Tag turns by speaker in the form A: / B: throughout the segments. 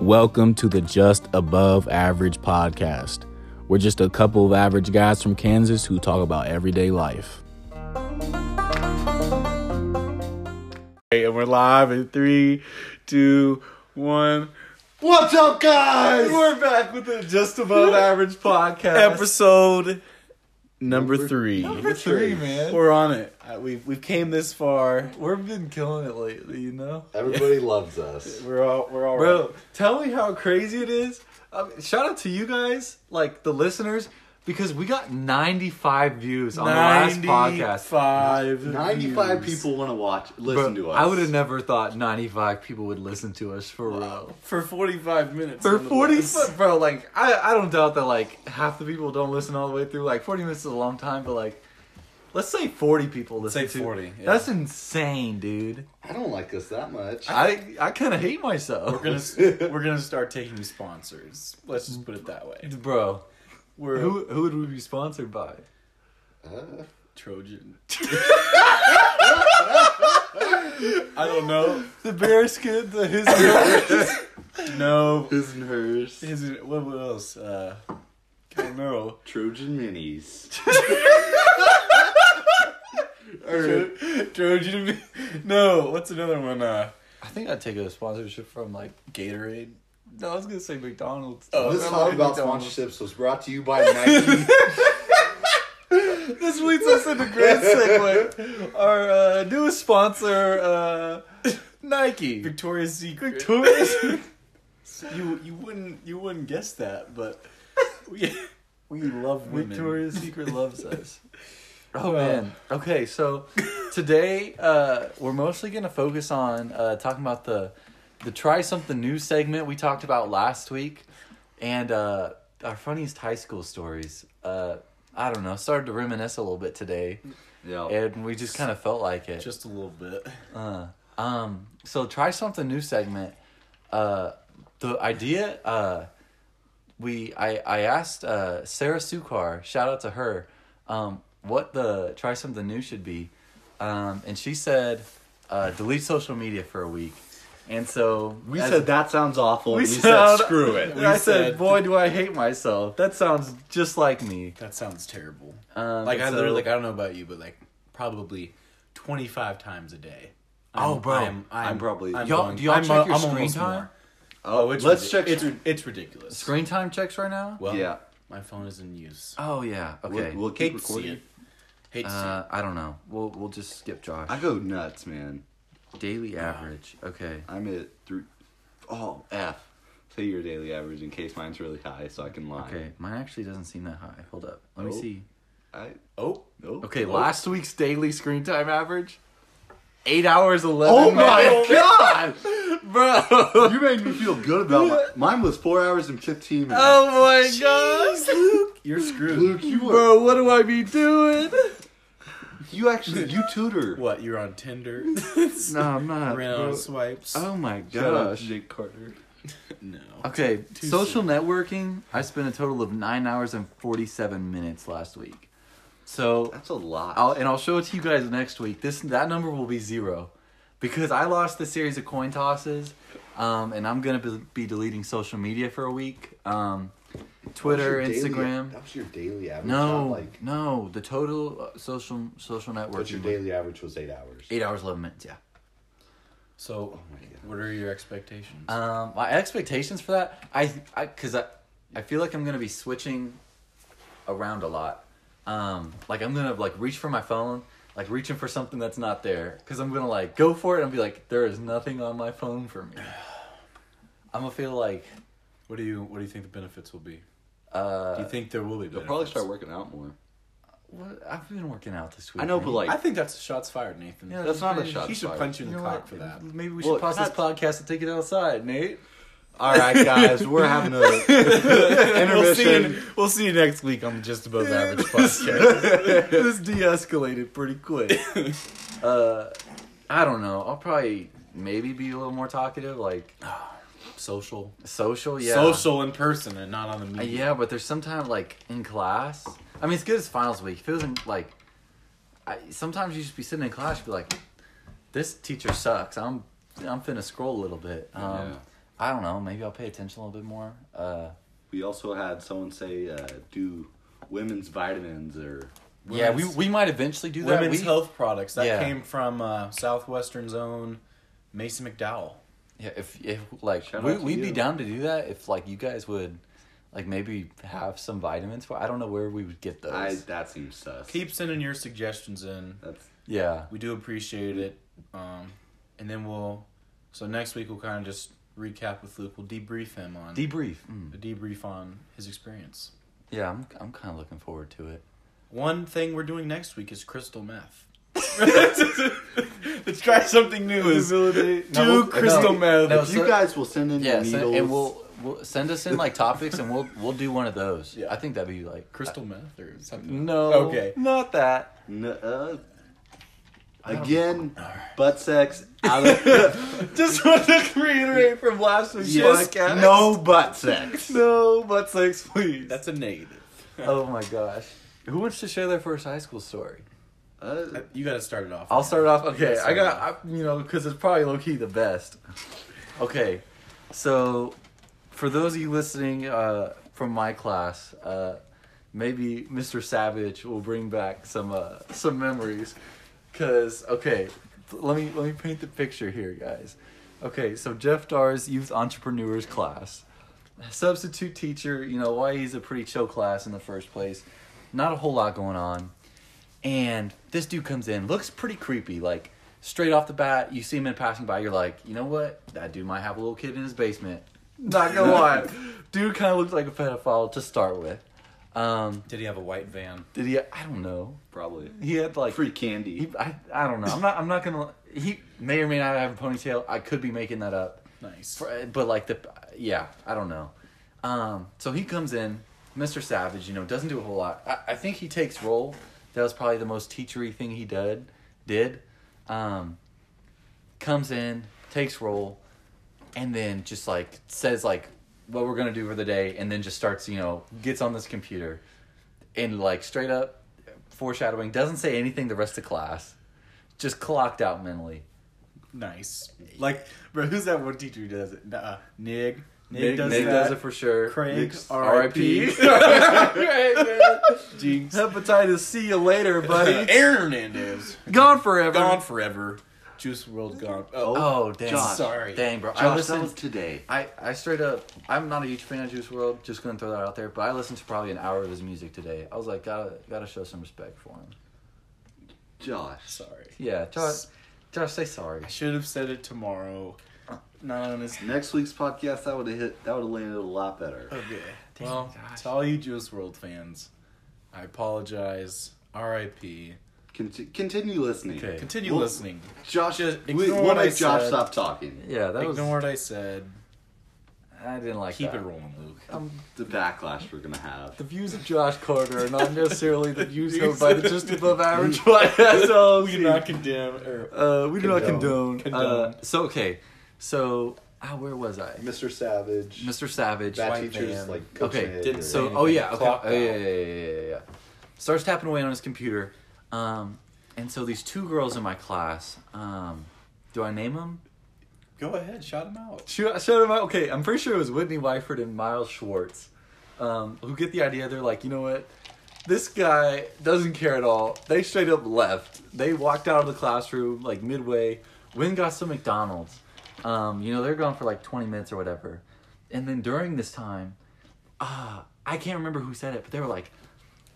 A: Welcome to the Just Above Average podcast. We're just a couple of average guys from Kansas who talk about everyday life.
B: Hey, and we're live in three, two, one.
C: What's up, guys?
B: We're back with the Just Above Average podcast,
C: Episode
B: number, three.
C: number three, man. We're,
B: We're on it. Uh, We've we've came this far.
C: we've been killing it lately, you know.
D: Everybody loves us.
B: We're all we're all
C: Bro, tell me how crazy it is. I mean, shout out to you guys, like the listeners, because we got 95 views on the last podcast.
B: Five.
D: 95 people want to watch, listen
C: Bro,
D: to us.
C: I would have never thought 95 people would listen to us for real.
B: for forty-five minutes.
C: For
B: nonetheless.
C: 40, fu- bro, like I, I don't doubt that like half the people don't listen all the way through. Like 40 minutes is a long time, but like let's say 40 people listen
B: Say
C: to
B: 40, yeah.
C: That's insane, dude.
D: I don't like us that much.
C: I I kind of hate myself.
B: We're gonna s- we're gonna start taking sponsors. Let's just put it that way.
C: Bro,
B: We're
C: who who would we be sponsored by?
D: Uh,
B: Trojan. I don't know.
C: The Bearskin, the his Bears.
B: No.
D: his and hers.
B: His, what, what else? Uh, I don't know.
D: Trojan minis.
B: Tro- Trojan. Mi- No, what's another one? Uh,
C: I think I'd take a sponsorship from like
B: Gatorade.
C: no, I was gonna say McDonald's.
B: Oh,
D: this
B: I'm
D: Hot About
C: McDonald's.
D: Sponsorships was brought to you by Nike.
C: This leads us into great segue. Our uh, newest sponsor, uh, Nike.
B: Victoria's Secret. you you wouldn't you wouldn't guess that, but we we love women.
C: Victoria's Secret loves us. Oh man. Okay, so today uh, we're mostly gonna focus on uh, talking about the the try something new segment we talked about last week, and uh, our funniest high school stories. Uh, I don't know. Started to reminisce a little bit today,
D: yeah.
C: and we just kind of felt like it.
B: Just a little bit.
C: Uh, um, so try something new segment. Uh, the idea, uh, we I I asked uh, Sarah Sukar, shout out to her, um, what the try something new should be, um, and she said, uh, delete social media for a week, and so
D: We
C: as-
D: said that sounds awful.
C: we
D: We,
C: said,
D: said, screw it.
C: I said,
B: said-
C: boy, do I hate myself. That sounds just like me.
B: That sounds terrible.
C: Um,
B: Like
C: and
B: I
C: so-
B: literally like I don't know about you, but like probably twenty five times a day.
C: Oh, bro.
D: I'm probably-
C: Y'all- do y'all check your screen
B: uh, almost
C: time?
B: more.
D: Oh,
B: It's
D: let's
B: ridic-
D: check.
B: It's,
D: screen-
B: it's ridiculous.
C: screen time checks right now.
B: Well,
D: Yeah.
B: My phone is in use.
C: Oh yeah,
D: We'll,
C: okay.
D: we'll
B: Hate
D: keep
B: to see
D: recording.
B: it. Hate to
C: Uh, I don't know. We'll we'll just skip Josh.
D: I go nuts, man.
C: Daily average. Okay.
D: I'm at three. Oh, F. Say your daily average in case mine's really high so I can lie.
C: Okay. Mine actually doesn't seem that high. Hold up. Let me
D: Oh.
C: see.
D: I,
B: see it. Oh,
D: oh,
C: Okay.
D: oh.
C: Last week's daily screen time average. Eight hours eleven.
D: Oh my
C: god, bro.
D: You made me feel good about my, mine. Was four hours and fifteen minutes.
C: Oh my god,
B: you're screwed.
D: Luke, you are,
C: bro. What do I be doing?
D: you actually you tutor.
B: What? You're on Tinder?
C: No, I'm not.
B: Ran out
C: bro.
B: of swipes?
C: Oh my
D: Shout out to
C: gosh.
D: Jake Carter.
B: no.
C: Okay,
B: Too
C: social networking. I spent a total of nine hours and forty-seven minutes last week. So
D: That's a lot.
C: I'll, and I'll show it to you guys next week. This that number will be zero, because I lost the series of coin tosses, um, and I'm gonna be, be deleting social media for a week. Um, Twitter,
D: That was your daily-
C: Instagram.
D: that was your daily average.
C: no,
D: not like
C: no, the total uh, social social network.
D: but your daily average was eight hours. Oh
C: Eight hours, eleven minutes. Yeah.
B: So,
D: my God.
B: what are your expectations?
C: Um, my expectations for that, I, I, cause I, I feel like I'm gonna be switching around a lot. Um, like I'm gonna like reach for my phone, like reaching for something that's not there, cause I'm gonna like go for it and be like, there is nothing on my phone for me. I'm gonna feel like,
B: what do you What do you think the benefits will be? Do
C: uh,
B: you think there will be?
D: You'll
B: Benefits?
D: probably start working out more.
C: what, I've been working out this week.
D: I know, but
C: man.
D: like
B: I think that's shots fired, Nathan.
C: Yeah,
D: that's not a
C: he
D: shot.
B: he should
D: fired.
B: punch you
C: you
B: in the
C: know
B: cock
C: what?
B: for that.
C: Maybe we should
D: Well,
C: pause this podcast and take it outside, Nate.
D: All right, guys, we're having a
B: We'll see,
D: intermission.
B: you, we'll see you next week on Just Above Average podcast.
C: this de-escalated pretty quick. uh, I don't know. I'll probably maybe be a little more talkative, like
B: Social,
C: social. Yeah,
B: social in person and not on the
C: Uh,
B: media.
C: yeah, but there's sometimes like in class. I mean, it's good as finals week. If it wasn't like, I, sometimes you just be sitting in class, you be like, this teacher sucks. I'm I'm finna scroll a little bit. Um,
D: Yeah.
C: I don't know. Maybe I'll pay attention a little bit more. Uh,
D: We also had someone say uh, do women's vitamins or
C: yeah, we
B: Women's-
C: we might eventually do that.
B: Women's
C: We-
B: health products. That
C: Yeah.
B: came from uh, Southwestern Zone, Mason McDowell.
C: Yeah, if if like
D: Shout
C: we
D: out to
C: we'd be
D: you.
C: down to do that if like you guys would, like maybe have some vitamins for. I don't know where we would get those.
D: I that seems sus.
B: Keep sending your suggestions in.
D: That's
C: yeah,
B: We do appreciate it. Um, and then we'll. So next week we'll kind of just recap with Luke. We'll debrief him on.
C: debrief. Mm.
B: a debrief on his experience.
C: Yeah, I'm I'm kind of looking forward to it.
B: One thing we're doing next week is crystal meth.
E: Let's try something new. Is do crystal meth.
C: no,
D: if you
C: so-
D: guys will send in
C: Yeah,
D: your
C: send-
D: needles.
C: and we'll we'll send us in like topics, and we'll we'll do one of those.
B: Yeah.
C: I think that'd be like
B: Crystal meth or something.
C: No,
B: Okay.
C: not that.
D: N- uh, again, butt sex out of
E: Just want to reiterate from last week's
D: yes,
E: podcast.
D: no butt sex.
E: no butt sex, please.
B: That's a negative.
C: Oh my gosh, who wants to share their first high school story?
D: Uh,
B: You got to start it off.
C: I'll start off. Okay,
B: Yes,
C: I got I, you know because it's probably low key the best. Okay, so for those of you listening uh, from my class, uh, maybe Mr. Savage will bring back some uh, some memories. Cause okay, let me let me paint the picture here, guys. Okay, so Jeff Dar's youth entrepreneurs class, substitute teacher. You know why he's a pretty chill class in the first place. Not a whole lot going on and this dude comes in, looks pretty creepy. Like straight off the bat, you see him in passing by, you're like, you know what? That dude might have a little kid in his basement. Not gonna lie, dude kind of looks like a pedophile to start with. Um,
B: Did he have a white van?
C: did he? I don't know.
D: probably
C: He had like
D: free candy.
C: He, I, I don't know. I'm not. I'm not gonna. He may or may not have a ponytail. I could be making that up.
B: Nice.
C: For- but like the yeah i don't know um so he comes in mr savage you know doesn't do a whole lot i, I think he takes roll that was probably the most teachery thing he did did um comes in takes roll and then just like says like what we're gonna do for the day and then just starts you know gets on this computer and like straight up foreshadowing doesn't say anything the rest of class just clocked out mentally
B: Nice. Like, bro, who's that one teacher who does it? Nuh-uh. Nig. Nig,
C: Nick
B: does
C: Nick
B: that.
C: does it for sure
B: Craig,
D: Nig's
B: R.I.P. Jinx.
C: Hepatitis. See you later, buddy.
B: Aaron Hernandez.
C: Gone forever.
B: Gone forever. Juice World gone. Oh,
C: Oh dang!
D: Josh.
B: Sorry.
C: dang, bro. I
D: Josh, that was
C: listened.
D: today.
C: I, I straight up. I'm not a huge fan of Juice World. Just gonna throw that out there. But I listened to probably an hour of his music today. I was like, gotta gotta show some respect for him.
D: Josh,
B: sorry.
C: Yeah, Josh. Josh, say sorry.
B: I should have said it tomorrow. Not on his.
D: next week's podcast that would have hit. That would have landed a lot better.
B: Okay.
C: Damn,
B: well,
C: gosh.
B: to all you Juice World fans, I apologize. R.I.P.
D: Conti- continue listening.
C: Okay.
B: Continue
D: Well,
B: listening.
D: Josh,
B: Just
D: we-
B: ignore
D: we'll
B: what I
D: make Josh
B: said.
D: stop talking.
C: Yeah, that was.
B: Ignore what I said.
C: I didn't like
B: Keep
C: that.
B: it rolling, Luke.
C: Um,
D: The backlash we're gonna have.
C: the views of Josh Carter are not necessarily the views held by the just above average podcast.
B: We do not condemn. Or,
C: Uh, we do not
B: Condone.
C: condone.
B: Condone.
C: Uh, so okay, so ah, where was I?
D: Mr. Savage.
C: Mr. Savage.
D: That
B: White
D: teacher's
B: van.
D: like
C: Okay,
D: bitching
B: didn't
D: or-
B: say
C: so oh yeah, okay,
B: Clocked
C: oh, yeah, yeah, yeah, yeah, yeah, yeah. Starts tapping away on his computer, um, and so these two girls in my class. Um, do I name them?
B: go ahead, shout him out.
C: Shoot, shout them out. Okay, I'm pretty sure it was Whitney Wyford and Miles Schwartz, um, who get the idea. They're like, you know what? This guy doesn't care at all. They straight up left. They walked out of the classroom like midway. Went and got some McDonald's. Um, you know, they're gone for like 20 minutes or whatever. And then during this time, uh, I can't remember who said it, but they were like,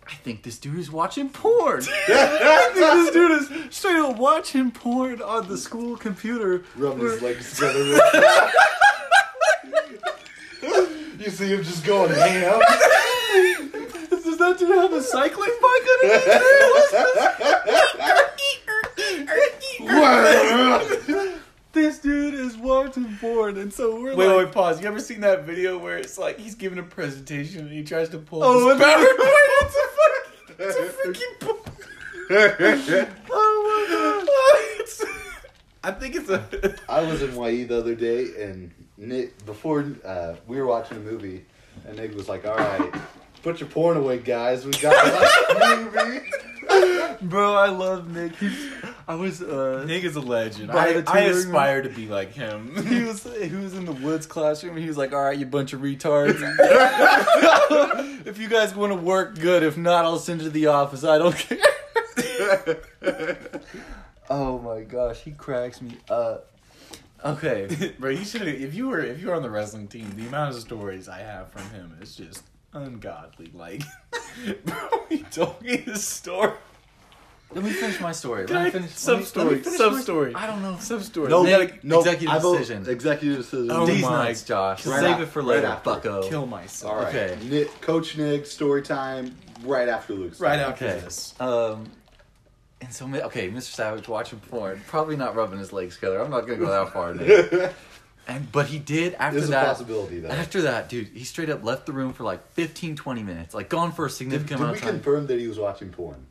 C: I think this dude is watching porn. I think this dude is straight up watching porn on the school computer.
D: Rub
C: We're-
D: his legs together. you see him just going ham.
C: Does that dude have a cycling bike on his tail? This dude is watching porn, and so we're
B: Wait,
C: like,
B: wait, pause. You ever seen that video where it's like he's giving a presentation and he tries to pull?
C: oh,
B: his
C: it's wait, it's a fucking, it's a freaking porn. Oh my god.
B: I think it's a.
D: I was in YE the other day, and Nick, before uh, we were watching a movie, and Nick was like, all right, put your porn away, guys. We got a movie.
C: Bro, I love Nick. He's, I was uh,
B: Nigga's a legend.
C: By
B: I,
C: the
B: I
C: touring-
B: aspire to be like
C: he
B: him.
C: was he was in the woods classroom. and He was like, "All right, you bunch of retards. if you guys want to work, good. If not, I'll send you to the office. I don't care." oh my gosh, he cracks me up. Okay,
B: Bro, you should. If you were, if you were on the wrestling team, the amount of stories I have from him is just ungodly. Like, bro, he told me this story.
C: let me finish my story.
B: Can
C: Let
B: I-
C: me finish
B: sub
C: let me-
B: story,
C: let me finish
B: sub
C: my-
B: story.
C: I don't know.
B: Some story.
C: No.
B: Like,
C: Nick, executive
D: I vote
C: decision.
D: Executive decision.
B: Oh
C: These
B: my
C: nuts, Josh.
B: God.
C: Save it for
D: Right
C: later,
D: after.
C: fucko.
B: kill myself.
D: All right.
C: Okay.
D: Nick, Coach Nick, story time right after Luke's.
B: Right after
C: Okay.
B: this.
C: Um, and so, mi- okay, Mr. Savage watching porn, probably not rubbing his legs together. I'm not gonna go that far. Dude. And but he did after
D: There's a
C: that.
D: possibility, though.
C: After that, dude, he straight up left the room for like 15, 20 minutes, like gone for a
D: Did,
C: significant
D: did
C: amount
D: we
C: of time.
D: confirm that he was watching porn?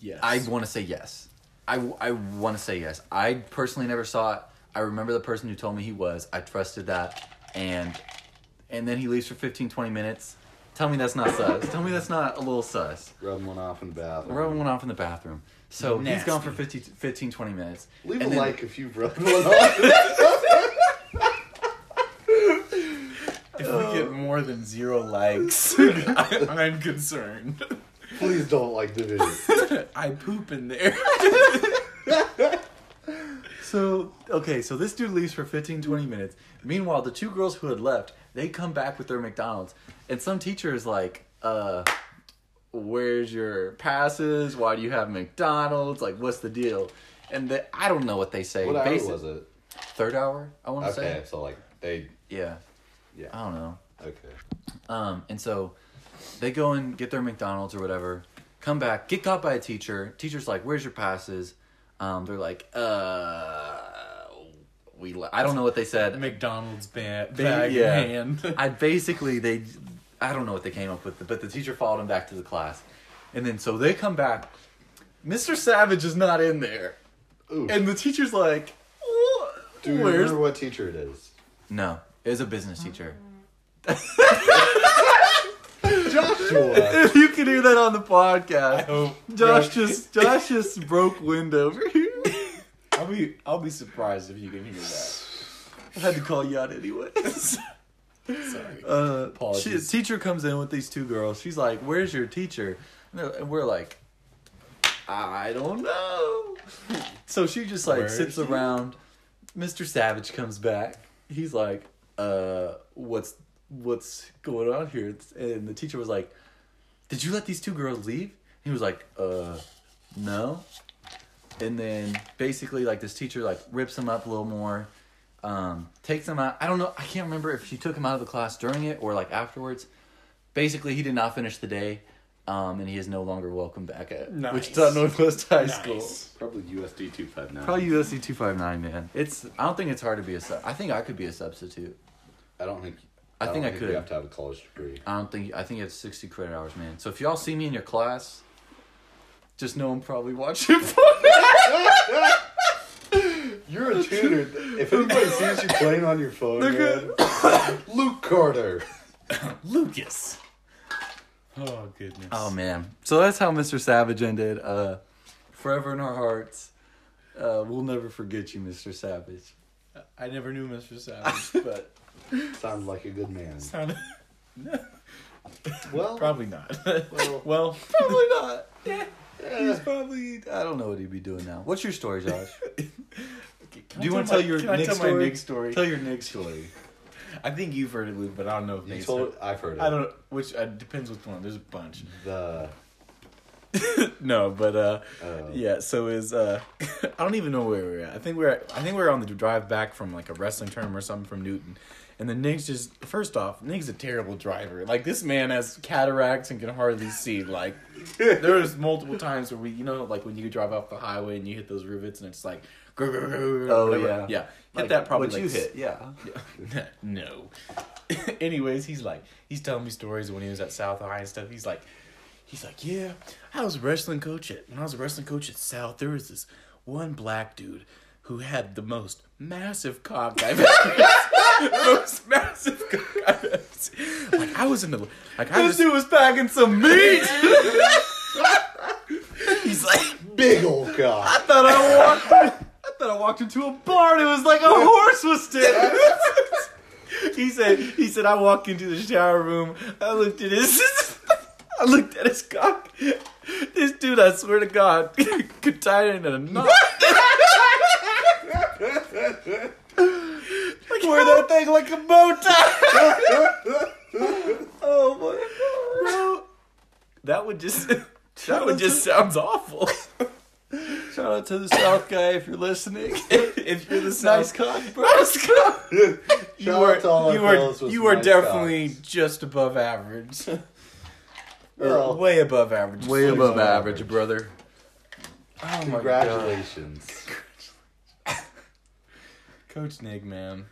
B: Yes.
C: I want to say yes. I, I want to say yes. I personally never saw it. I remember the person who told me he was. I trusted that. And and then he leaves for 15, 20 minutes. Tell me that's not sus. Tell me that's not a little sus.
D: Rubbing one off in the bathroom.
C: Rubbing one off in the bathroom. So he's
B: Nasty.
C: gone for 50, 15, 20 minutes.
D: Leave
C: And
D: a
C: then-
D: like if you've rubbed one off.
B: If we
C: Oh.
B: get more than zero likes, I, I'm concerned.
D: Please don't like the video.
B: I poop in there.
C: So, okay, so this dude leaves for 15, 20 minutes. Meanwhile, the two girls who had left, they come back with their McDonald's. And some teacher is like, uh, where's your passes? Why do you have McDonald's? Like, what's the deal? And the, I don't know what they say.
D: What hour
C: Basi-
D: was it?
C: Third hour, I want to
D: Okay,
C: say.
D: so like they.
C: Yeah.
D: Yeah.
C: I don't know.
D: Okay.
C: Um, and so they go and get their McDonald's or whatever, come back, get caught by a teacher. Teacher's like, "Where's your passes?" Um, they're like, "Uh, we le- I don't know what they said.
B: McDonald's ban-
C: They-
B: bag
C: yeah.
B: hand.
C: I basically they I don't know what they came up with, but the teacher followed them back to the class, and then so they come back. Mr. Savage is not in there,
D: Ooh.
C: and the teacher's like, "Wh-
D: Do you
C: "Where's
D: remember what teacher it is?
C: no?" It was a business teacher.
D: Joshua.
C: If you can hear that on the podcast,
B: Oh,
C: Josh just Josh just broke wind over here.
B: I'll be I'll be surprised if you can hear that.
C: I had to call you out anyways.
B: Sorry.
C: Uh, she,
B: Apologies.
C: teacher comes in with these two girls. She's like, "Where's your teacher?" And they're- And we're like, "I don't know." So she just like
B: Where's
C: sits
B: he?
C: around. Mr. Savage comes back. He's like, "Uh, what's what's going on here?" It's- And the teacher was like, "Did you let these two girls leave?" He was like, "Uh, no." and then basically like this teacher like rips him up a little more um, takes him out i don't know i can't remember if she took him out of the class during it or like afterwards basically he did not finish the day um, and he is no longer welcome back at
B: Nice.
C: wichita northwest high school
B: Nice.
D: Probably USD 259.
C: probably usc 259 man it's i don't think it's hard to be a sub i think i could be a substitute
D: I don't think.
C: I think
D: don't
C: I could.
D: You have to have a college degree.
C: i don't think i think it's 60 credit hours man so if y'all see me in your class just know i'm probably watching
D: You're a tutor. If anybody sees you playing on your phone, man, Luke Carter.
B: Lucas. Oh goodness.
C: Oh man. So that's how Mr. Savage ended. Uh forever in our hearts. Uh we'll never forget you, Mr. Savage.
B: I never knew Mr. Savage, but
D: Sounds like a good man.
B: sounded-
D: Well,
B: probably not.
D: Well-
B: well,
C: Probably not. Yeah. He's probably
B: uh,
C: I don't know what he'd be doing now. What's your story, Josh? Do you want to tell your
B: can I
C: Nick
B: tell
C: story?
B: my Nick story?
C: Tell your Nick story.
B: I think you've heard it, Luke, but I don't know if
D: you
B: Nate's
D: told.
B: heard-
D: I've heard it.
B: I don't. Which uh, depends which one. There's a bunch.
D: The
B: no, but uh,
D: Oh.
B: yeah. So is uh, I don't even know where we we're at. I think we we're at, I think we we're on the drive back from like a wrestling tournament or something from Newton, and the Nick's just first off, Nick's a terrible driver. Like this man has cataracts and can hardly see. Like there was multiple times where we, you know, like when you drive off the highway and you hit those rivets and it's like, grr, grr, grr, grr,
C: Oh,
B: whatever.
C: yeah.
B: yeah, hit that probably.
C: what
B: like,
C: you hit, yeah.
B: no. Anyways, he's like, he's telling me stories when he was at South High and stuff. He's like, he's like, yeah, I was a wrestling coach at when I was a wrestling coach at South. There was this one black dude who had the most massive cock I've ever, most massive cock I've ever seen. Like I was in the like I was
C: This dude was packing some meat.
B: He's like,
D: big old cock.
C: thought I walked. I thought I walked into a bar and it was like a horse was standing.
B: He said, he said, I walked into the shower room. I looked at his, I looked at his cock. This dude, I swear to God, could tie it in a knot.
C: Wear that thing like a bow tie.
B: Oh my God, bro, that would just, that would just sounds awful.
C: Shout out to the South guy if you're listening.
B: if you're the
C: nice
B: size,
C: cock, bro.
B: nice cock.
D: Shout out to all our
B: you were,
D: fellas with
B: you were
D: nice
B: definitely
D: cocks.
B: just above average,
D: Well,
B: way above average.
C: Way above
D: average,
C: average, brother.
B: Oh my God,
D: Congratulations.
B: Coach Nick, man.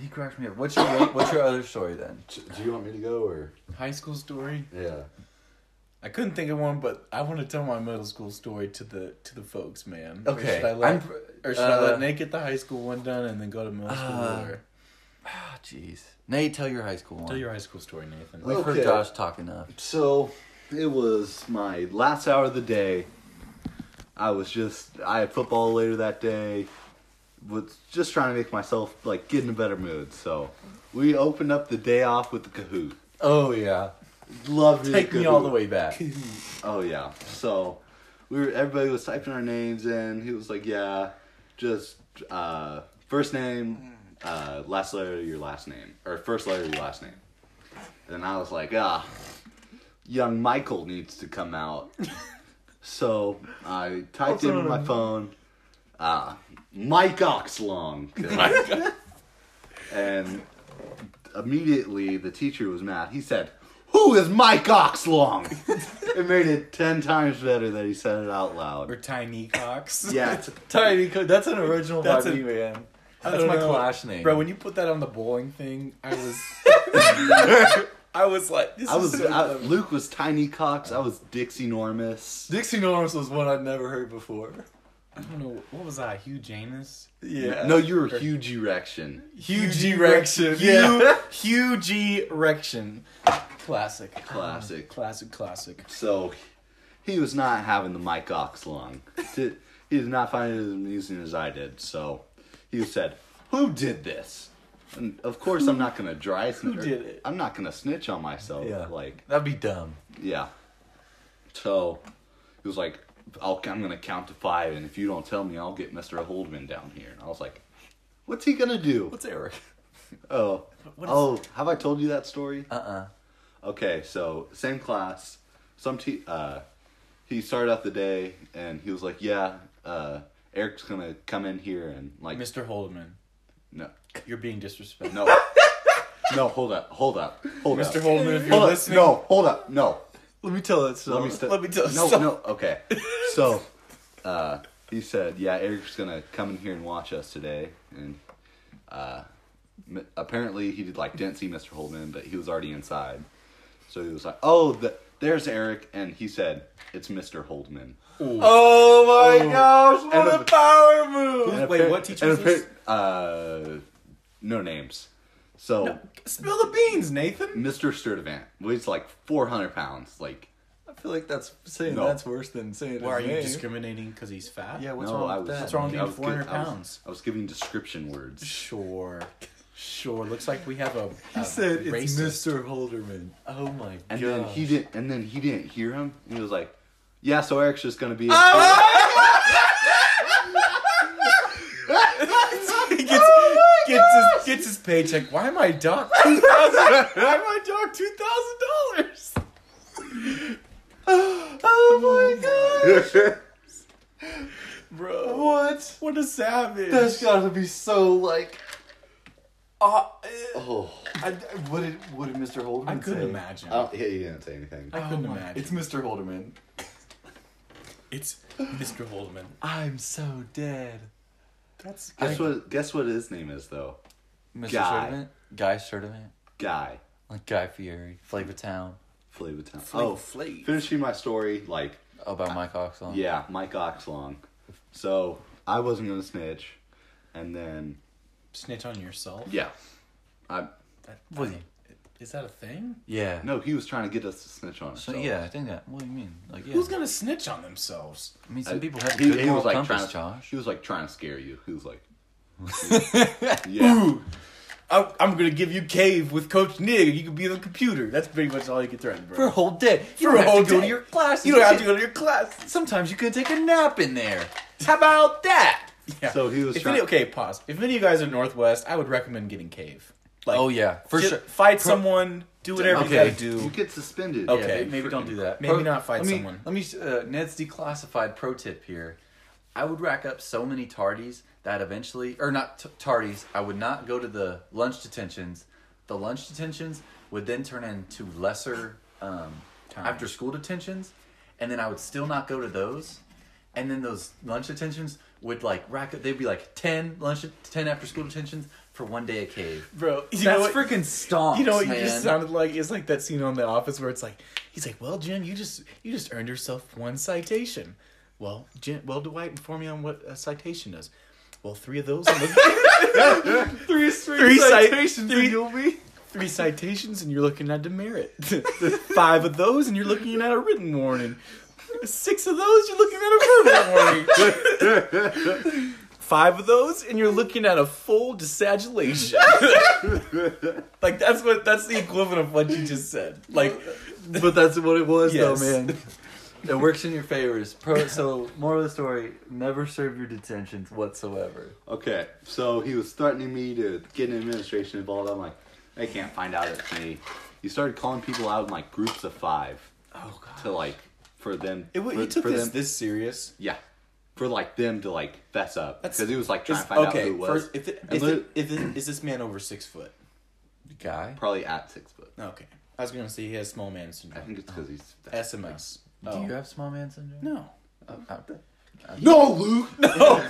C: He cracked me up. What's your What's your other story then?
D: Ch- Do you want me to go or?
B: High school story.
D: Yeah.
B: I couldn't think of one, but I want to tell my middle school story to the to the folks, man. Or
C: Okay,
B: should I let,
C: I'm pr-
B: or should I
C: uh,
B: let Nate get the high school one done and then go to middle school?
C: Uh,
B: or,
C: Ah, jeez. Nate, tell your high school one.
B: tell your high school story, Nathan.
C: We've
D: Okay.
C: heard Josh talk enough.
D: So it was my last hour of the day. I was just I had football later that day. Was just trying to make myself like get in a better mood. So we opened up the day off with the Kahoot.
C: Oh yeah.
D: Loved
C: Take me all the way back.
D: Oh yeah. So we were everybody was typing our names in. He was like, yeah, just uh, first name, uh, last letter of your last name, or first letter of your last name. And I was like, ah, young Michael needs to come out. so I typed in my phone, uh, Mike Oxlong. and immediately the teacher was mad. He said, Who is Mike Oxlong? it made it 10 times better that he said it out
B: or
D: loud.
B: Tiny Cox.
D: Yeah.
C: Tiny. Co- that's an original
B: That's
C: by
B: a-
C: me, man.
B: I
C: That's
B: don't
C: my
B: know.
C: Clash name,
B: Bro, when you put that on the bowling thing, I was I was like, this
D: I was
B: is
D: I, Luke was Tiny Cox. I was Dixie Normus.
C: Dixie Norris was one I'd never heard before.
B: I don't know what was I, Hugh Janus?
C: Yeah.
D: No, you were huge erection.
B: Huge
C: erection.
B: Hugh Huge erection. Classic.
D: Classic.
B: Classic classic.
D: So he was not having the Mike Ox long. Did- he did not find it as amusing as I did. So he said, "Who did this?" And of course, I'm not gonna dry snitch.
B: did it?
D: I'm not gonna snitch on myself.
C: Yeah.
D: Like
C: That'd be dumb.
D: yeah. So he was like, I'll, I'm going to count to five, and if you don't tell me, I'll get Mr. Holdman down here. And I was like, what's he going to do?
C: What's Eric?
D: Oh,
B: What is- Uh-uh.
D: oh, have I told you that story?
C: Uh uh
D: Okay, so same class. Some te- uh, he started out the day, and he was like, yeah, uh, Eric's going to come in here and like,
B: Mr. Holdeman,
D: no,
B: you're being disrespectful.
D: no. No, hold up, hold up, hold up.
B: Mr. Holdeman, if you're
D: hold up,
B: listening,
D: no, hold up, no,
C: Let me tell that story.
D: Let me, st-
B: let me tell
D: No,
B: some-
D: no, okay. So, uh, he said, "Yeah, Eric's gonna come in here and watch us today." And uh, m- apparently, he did, like didn't see Mr. Holden, but he was already inside. So he was like, "Oh, the- there's Eric," and he said, "It's Mr. Holden."
C: Oh my gosh!
D: And
C: What a
D: a-
C: power move!
B: Wait, what teacher
D: and
B: was this?
D: appar- Uh, no names. So
B: spill the beans, Nathan.
D: Mr. Sturdivant weighs like 400 pounds. Like,
C: I feel like that's saying
D: No.
C: that's worse than saying.
B: Why are
C: his
B: you
C: name.
B: discriminating because he's fat?
C: Yeah, what's
D: no,
C: wrong
D: I
C: with
D: was.
C: that?
B: What's wrong with
D: I
B: being
D: was gi-
B: 400
D: I was-
B: pounds?
D: I was giving description words.
B: Sure, sure. Looks like we have a.
C: He said it's Mr. Holderman. Oh my
D: And
C: god.
D: then he didn't. And then he didn't hear him. And he was like, "Yeah, so Eric's just gonna be." in
B: he gets,
C: Oh
B: gets, his, gets his paycheck. Why am I docked two thousand? Why am I docked two thousand dollars? Oh my god,
D: here."
B: bro! What? What a savage!
C: That's gotta be so like. Uh, oh.
D: oh,
C: I, what did what did Mr. Holderman
B: I couldn't
C: say?
B: imagine.
D: I don't, yeah, you didn't say anything.
B: I couldn't
C: Oh my-
B: imagine.
C: It's Mr. Holderman.
B: It's Mr. Holdeman.
C: I'm so dead.
B: That's
D: Guess what? Guess what his name is though.
C: Mr.
D: Guy.
C: Sturdivant? Guy Sturdivant?
D: Guy.
C: Like Guy Fieri, Flavor Town,
D: Flavatown. Oh,
B: Flav.
D: finishing my story. Like,
C: about Mike Oxlon.
D: yeah, Mike Oxlong. So I wasn't gonna snitch, and then
B: Snitch on yourself.
D: yeah, I
C: What do you-
B: It is that a thing?
C: Yeah.
D: No, he was trying to get us to snitch on
C: So
D: ourselves.
C: yeah, I think that. What do you mean? Like yeah.
B: Who's gonna snitch on themselves?
C: I mean,
D: I-
C: some people have
D: he,
C: good
D: he
C: moral
D: was like
C: compass,
D: trying,
C: Josh.
D: He was like trying to scare you. He was like, yeah,
B: I, I'm gonna give you cave with Coach Nig. You can be on the computer. That's pretty much all you can threaten, bro.
C: For a whole day. You
B: For
C: don't
B: a
C: have
B: whole
C: to go
B: day.
C: to your classes.
B: you don't have to
C: can-
B: go to your class.
C: Sometimes you can take a nap in there.
B: How about that? Yeah.
D: So he was
B: If
D: trying-
B: any, okay, pause. If any of you guys are Northwest, I would recommend getting cave. Like,
C: oh yeah, for
B: ju-
C: sure.
B: Fight someone. Do whatever
C: Okay.
B: you gotta do.
D: you get suspended.
B: Okay.
C: Yeah, maybe, maybe don't do that.
B: Maybe not fight
C: let me,
B: someone.
C: Let me. Uh, Ned's declassified pro tip here. I would rack up so many tardies that eventually, or not t- tardies, I would not go to the lunch detentions. The lunch detentions would then turn into lesser um, after school detentions, and then I would still not go to those. And then those lunch detentions would like rack up. They'd be like ten lunch, ten after school detentions for one day at cave.
B: Bro, you know
C: That's
B: what?
C: freaking stonks,
B: you know what
C: man.
B: you just sounded like? It's like that scene on The Office where it's like, he's like, "Well, Jim, you just you just earned yourself one citation." Well, Jim, well, Dwight, inform me on what a citation is. Well, three of those. on the- Three
C: three,
B: cit- three-
C: and you'll be.
B: three citations, and you're looking at demerit. Five of those, and you're looking at a written warning. Six of those, you're looking at a verbal warning. Five of those, and you're looking at a full desagulation. like that's what that's the equivalent of what you just said. Like
C: But that's what it was,
B: though,
C: man. It works in your favors. Pro, so, moral of the story: never serve your detentions whatsoever.
D: Okay, so he was threatening me to get an administration involved. I'm like, they can't find out it's me. He started calling people out in like groups of five. Oh god. To like for them.
B: It, wa-
D: for,
B: he took
D: for
B: this
D: them-
B: this serious.
D: Yeah, for like them to like fess up
B: That's-
D: because he was like trying to
B: Is-
D: find out who it was.
B: first, if, it,
D: And
B: if,
D: lit-
B: it, if it, is this man over six foot?
C: Guy,
D: probably at six foot.
B: Okay, I was gonna say he has small man
D: I
B: syndrome.
D: think it's because he's.
B: SMS.
C: do
B: Oh.
C: you have small man syndrome?
B: no.
C: Uh, uh,
D: No, Luke.
B: No! No!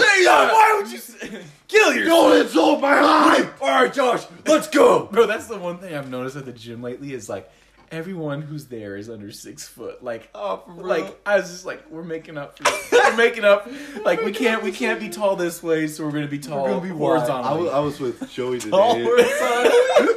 B: Say that! Why would you say? Kill yourself!
D: No, it's all my life.
B: All right, Josh, let's go, bro. That's the one thing I've noticed at the gym lately is like everyone who's there is under six foot. Like,
C: Oh, for real?
B: like I was just like, we're making up. For, we're making up. Like we can't we can't be tall this way, so we're gonna be tall
C: gonna be wide.
D: I
B: horizontally.
D: was, I was with Joey today.
B: Tall horizontally.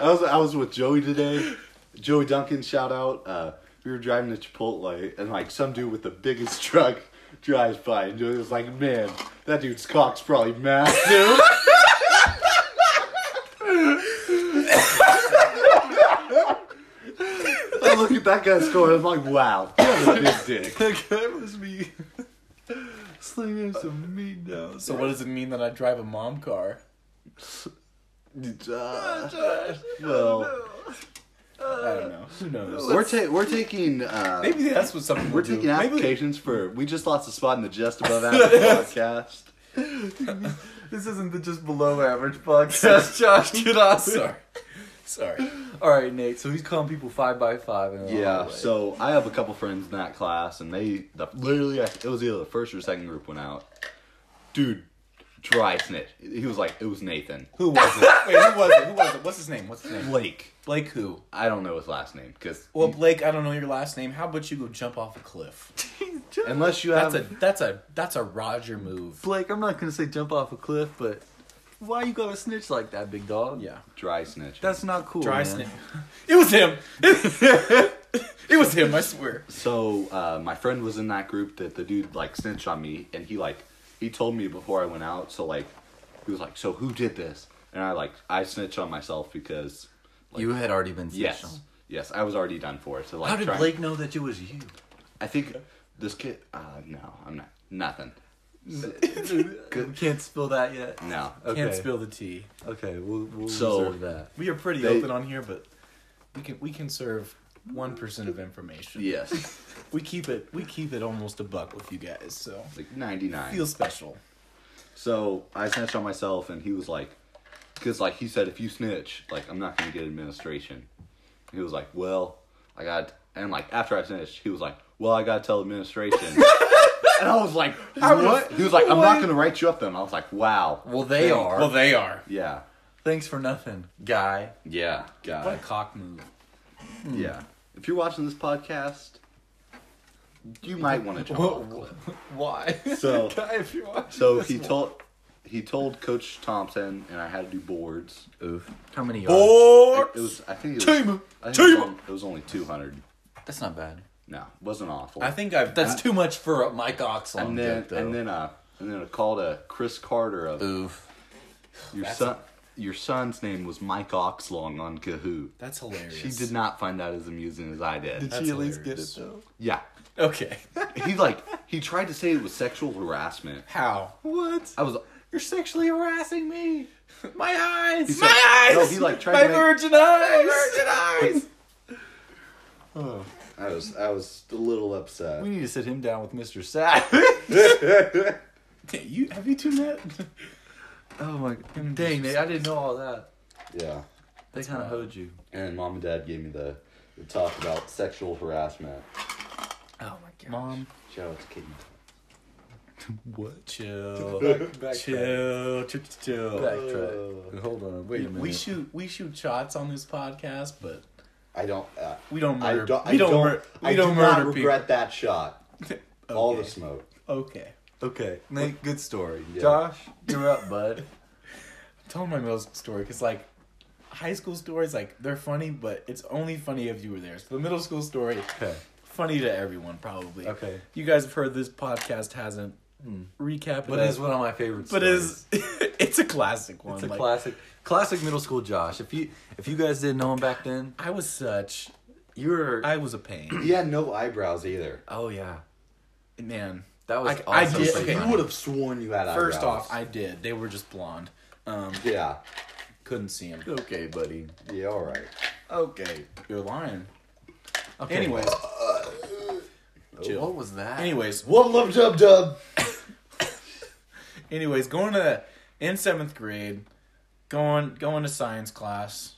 D: I was I was with Joey today. Joey Duncan, shout out. Uh, we were driving to Chipotle, and like some dude with the biggest truck drives by, and Joey was like, "Man, that dude's cock's probably massive." I look at that guy's car, and I'm like, "Wow, what a big dick."
C: that guy was me. Slinging some meat down.
B: so what does it mean that I drive a mom car?
D: Uh, well,
B: I don't know. Who knows?
D: we're ta- we're taking. Uh,
B: Maybe that's what something
D: We're
B: we'll
D: taking
B: do.
D: applications for. We just lost a spot in the just above average podcast.
C: This isn't the just below average podcast, Josh. Get off.
B: Sorry, sorry.
C: All right, Nate. So he's calling people five by five. And
D: Yeah. So I have a couple friends in that class, and they the, literally I, it was either the first or second group went out. Dude, dry snitch. He was like, it was Nathan
B: Who was it? Wait, who was it? Who was it? What's his name? What's his name?
D: Blake.
B: Blake who?
D: I don't know his last name because
B: Well, Blake, I don't know your last name. How about you go jump off a cliff?
D: unless you have
B: That's a that's a that's a Roger move.
C: Blake, I'm not gonna say jump off a cliff, but why you gotta snitch like that, big dog?
B: Yeah.
D: dry snitch.
C: That's not cool.
B: Dry
C: man.
B: snitch. It was him. it was him, I swear.
D: So uh, my friend was in that group that the dude like snitched on me, and he like he told me before I went out. So like he was like, so who did this? And I like I snitched on myself because like,
C: You had already been snitched on.
D: Yes. Yes, I was already done for. So like,
C: How did
D: trying-
C: Blake know that it was you?
D: I think this kid. Uh, no, I'm not. Nothing.
C: We can't spill that yet.
D: No. Uh,
C: Okay.
B: Can't spill the tea.
C: Okay, we'll, we'll
D: So-
C: reserve that.
B: We are pretty
D: They-
B: open on here, but we can we can serve one percent of information.
D: Yes.
B: We keep it we keep it almost a buck with you guys, so
D: Like 99.
B: feel special.
D: so I snitched on myself, and he was like, because like he said, if you snitch, like I'm not gonna get administration. He was like, well, I got, and like after I snitched, he was like, well, I gotta tell administration. and I was like, what? He was like, I'm not gonna write you up then. I was like, wow.
C: Well, they
D: Thanks.
C: are.
B: Well, they are.
D: Yeah.
C: Thanks for nothing, guy.
D: Yeah.
B: What a
D: God.
B: cock move.
D: Yeah. If you're watching this podcast, you might want to jump off a cliff.
C: Why?
D: So-
C: guy, if you're watching
D: So
C: this
D: he
C: one-
D: told he told Coach Thompson, and I had to do boards.
C: Oof. How many yards?
D: It,
B: Or
D: it was, I think it was,
B: Team.
D: I think it was
B: Team.
D: only- it was only 200.
C: That's not bad.
D: No, wasn't awful.
B: I think I've
C: That's
B: I-
C: too much for a Mike Oxlong
D: and then
C: joke, though.
D: and then uh and then a call to Chris Carter of
C: Oof.
D: your son. Your son's name was Mike Oxlong on Kahoot.
B: that's hilarious.
D: She did not find that as amusing as I did.
B: That's
E: she at least get it
B: hilarious.
E: though.
D: Yeah,
B: Okay.
D: he like he tried to say it was sexual harassment.
B: How?
E: What?
D: I was
C: You're sexually harassing me.
B: My eyes.
D: He said-
B: my eyes.
D: no, he, like, tried
B: my
D: to make-
B: virgin eyes. virgin eyes.
D: I was I was a little upset.
C: We need to sit him down with Mr. Savage.
B: Hey, you have you tuned that?
C: oh my god. Dang, Nate, I didn't know all that.
D: Yeah,
C: They kind of hoed you.
D: and mom and dad gave me the, the talk about sexual harassment.
C: Oh my god. Mom.
D: Shout out to Katie.
B: What? Chill. chill. Chill. Chill. chill.
C: Backtrack. Uh, Hold on. Wait a minute.
B: We shoot we shoot shots on this podcast, but
D: I don't. Uh,
B: we don't
D: I
B: murder.
D: don't. I
B: we don't.
D: don't.
B: mur- we
D: I
B: don't
D: do
B: murder
D: not regret that shot.
B: people.
D: All the
B: Okay.
D: smoke.
B: Okay.
C: Okay. Nate, good story.
D: Yeah.
C: Josh, you're up, bud.
B: Tell my middle school story because like high school stories like they're funny, but it's only funny if you were there. So the middle school story,
C: Okay.
B: funny to everyone probably.
C: Okay. Hmm.
B: You guys have heard this podcast hasn't recapped,
C: But it is one of my favorite
B: but
C: stories.
B: is it's a classic one.
C: It's a
B: like,
C: classic, classic middle school Josh. If you if you guys didn't know him back then,
B: I was such.
C: you were
B: I was a pain,
D: He had no eyebrows either.
C: oh yeah,
B: man.
C: that was
B: I- I
C: awesome.
B: did-
C: so
B: okay.
C: funny.
D: You would have sworn you had eyebrows.
B: First off, I did. They were just blonde. Um,
D: yeah,
B: couldn't see them.
C: Okay, buddy.
D: yeah, all right.
B: Okay, you're lying.
C: Okay.
B: Anyways, chill.
C: what was that?
B: anyways,
D: What love dub dub.
B: anyways, going to in seventh grade, going going to science class.